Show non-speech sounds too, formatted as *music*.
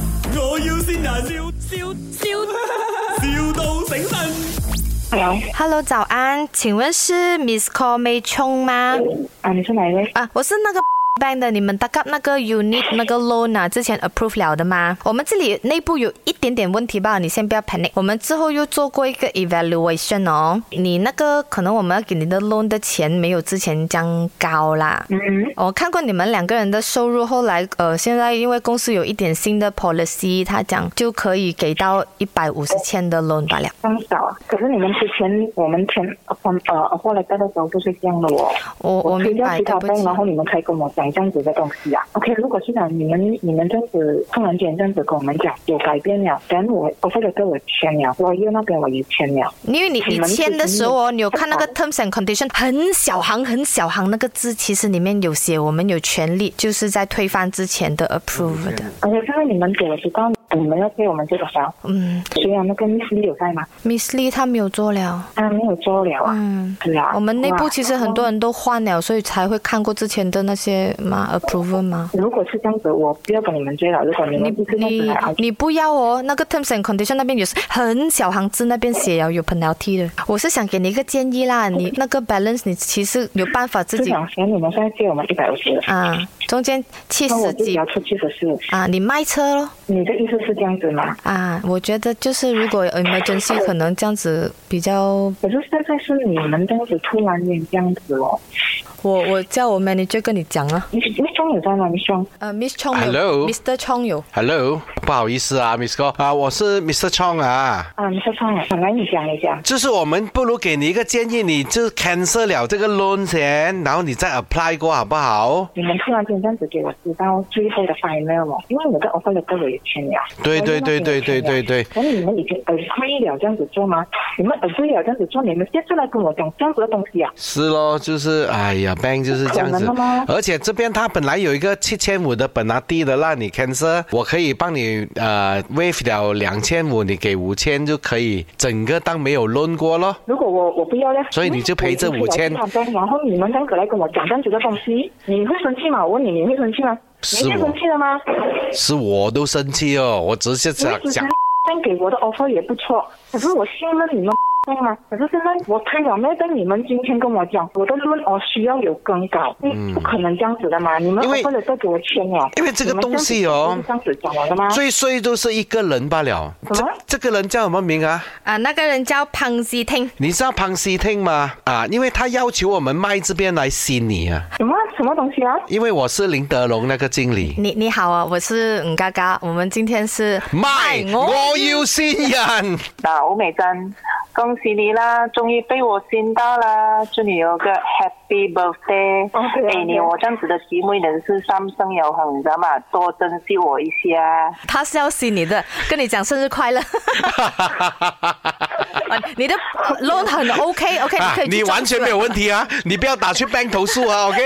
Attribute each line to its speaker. Speaker 1: 要先人，笑笑笑，,笑到醒神。
Speaker 2: Hello，
Speaker 3: Hello，早安，请问是 Miss Call May Chong 吗？
Speaker 2: 啊，你是哪一位？
Speaker 3: 啊，我是那个 *laughs* bank 的，你们 d 个那个 unit 那个 loan 啊，之前 approve 了的吗？我们这里内部有一点点问题吧，你先不要 panic。我们之后又做过一个 evaluation 哦，你那个可能我们要给你的 loan 的钱没有之前这样高啦。
Speaker 2: 嗯，
Speaker 3: 我看过你们两个人的收入，后来呃，现在因为公司有一点新的 policy，他讲就可以给到一百五十千的 loan 罢了。
Speaker 2: 刚少啊。可是你们之前我们填呃呃过来带的时候就是这样的哦。
Speaker 3: 我我
Speaker 2: 推
Speaker 3: 明
Speaker 2: 荐
Speaker 3: 白，
Speaker 2: 其
Speaker 3: 对
Speaker 2: 他
Speaker 3: 不
Speaker 2: 班，
Speaker 3: 起
Speaker 2: 然。后你们才跟我讲这样子的东西啊。OK，如果是讲你们你们这样子突然间这样子跟我们讲有改变了，等我我这个跟我签了，我又那边我也签了。
Speaker 3: 因为你
Speaker 2: 你
Speaker 3: 你
Speaker 2: 们
Speaker 3: 签的时候哦，你有看那个
Speaker 2: 是
Speaker 3: terms and condition 很小行很小行那个字，其实里面有写我们有权利，就是在推翻之前的 approve 的。
Speaker 2: 而且现在你们给我知道你们要给我们这个房，
Speaker 3: 嗯
Speaker 2: 虽然那个律师有在吗？
Speaker 3: ，Miss Lee 她没有做了。
Speaker 2: 他没有做了啊。
Speaker 3: 嗯，
Speaker 2: 是啊，
Speaker 3: 我们内部
Speaker 2: 哇
Speaker 3: 其实很多人都换了，所以才会看过之前的那些嘛 approve 嘛。
Speaker 2: 如果是这样子，我不要跟你们追了。如果你
Speaker 3: 你
Speaker 2: 们不是那样子啊
Speaker 3: 你
Speaker 2: 来熬
Speaker 3: 你不要哦，那个 terms and condition 那边有很小行字那边写了有 penalty 的。我是想给你一个建议啦，
Speaker 2: 哦
Speaker 3: 你那个 balance 你其实有办法自
Speaker 2: 就
Speaker 3: 己
Speaker 2: 想嫌你们现在借我们一百五十，
Speaker 3: 啊，中间七
Speaker 2: 那我
Speaker 3: 十
Speaker 2: 就
Speaker 3: 几
Speaker 2: 聊出去的是，
Speaker 3: 啊，你卖车咯
Speaker 2: 你的意思是这样子吗？
Speaker 3: 啊！我觉得就是如果有 emergency 可能这样子比较，
Speaker 2: 可是现在是你们这样子突然间这样子哦，
Speaker 3: 我我叫我 manager 跟你讲啊，
Speaker 2: 你你双有在哪？你双
Speaker 3: 呃，Miss Chong 有
Speaker 4: Hello
Speaker 3: Mr. Chong 有
Speaker 4: Hello，不好意思啊，Miss 哥啊，我是 Mr. Chong 啊，
Speaker 2: 啊，你说双了，本来你讲一讲，
Speaker 4: 就是我们不如给你一个建议，你就 cancel 了这个 loan 先，然后你再 apply 过好不好？
Speaker 2: 你们突然间这样子给我知道最后的 final 哦，因为我的 offer letter 我也签了，
Speaker 4: 对对对对对对对
Speaker 2: 可是你们已经 agree 了这样子做吗？你们 agree 了这样子做，你们现在来跟我讲这样子的东西啊？
Speaker 4: 是咯，就是哎呀，bank 就是这样
Speaker 2: 不可
Speaker 4: 子
Speaker 2: 能的吗，
Speaker 4: 而且这边它本来有一个七千五的本拿地的，让你 cancel，我可以帮你呃 waive 了两千五，你给五千就可以，整个当没有 loan 过咯。
Speaker 2: 如果我我不要呢？
Speaker 4: 所以你就赔这5000
Speaker 2: 然后你们三个来跟我讲这样子的东西，你会生气吗？我问你，你会生气吗？
Speaker 4: 是
Speaker 2: 你会
Speaker 4: 我
Speaker 2: 生气了吗？
Speaker 4: 是我都生气哦，我只是
Speaker 2: 我
Speaker 4: 想
Speaker 2: 之前
Speaker 4: 想
Speaker 2: 但给我的 offer 也不错，可是我信任你们 *laughs* 对吗？可是现在我推了那但你们今天跟我讲我的论我需要有更改，你不可能这样子的嘛？你们
Speaker 4: 嗯因为
Speaker 2: offer 的都给我签了，
Speaker 4: 因为这个东西哦
Speaker 2: 你们这样子讲我的吗？
Speaker 4: 最衰都是一个人罢了。
Speaker 2: 什
Speaker 4: 这
Speaker 2: 么
Speaker 4: 这个人叫什么名啊？
Speaker 3: 啊，那个人叫潘西听，
Speaker 4: 你知道潘西汀吗？啊，因为他要求我们卖这边来吸你啊，
Speaker 2: 什么什么东西啊？
Speaker 4: 因为我是林德龙那个经理。
Speaker 3: 你你好啊，我是吴嘎嘎，我们今天是
Speaker 4: 卖，我要先人。
Speaker 5: 嗱，好美珍，恭喜你啦，终于被我先到啦，祝你有个 Happy Birthday！
Speaker 2: 哦对啊
Speaker 5: 哎、你
Speaker 2: 对啊
Speaker 5: 我这样子的机会能是三生有幸，你知道吗？多珍惜我一下。
Speaker 3: 他是要吸你的，跟你讲生日快乐。 *laughs* 啊你的 loan 很 OK OK，你
Speaker 4: 啊
Speaker 3: *laughs* 可以，去
Speaker 4: 你完全
Speaker 3: 终止了
Speaker 4: 没有问题啊！你不要打去 bank 投诉啊，OK？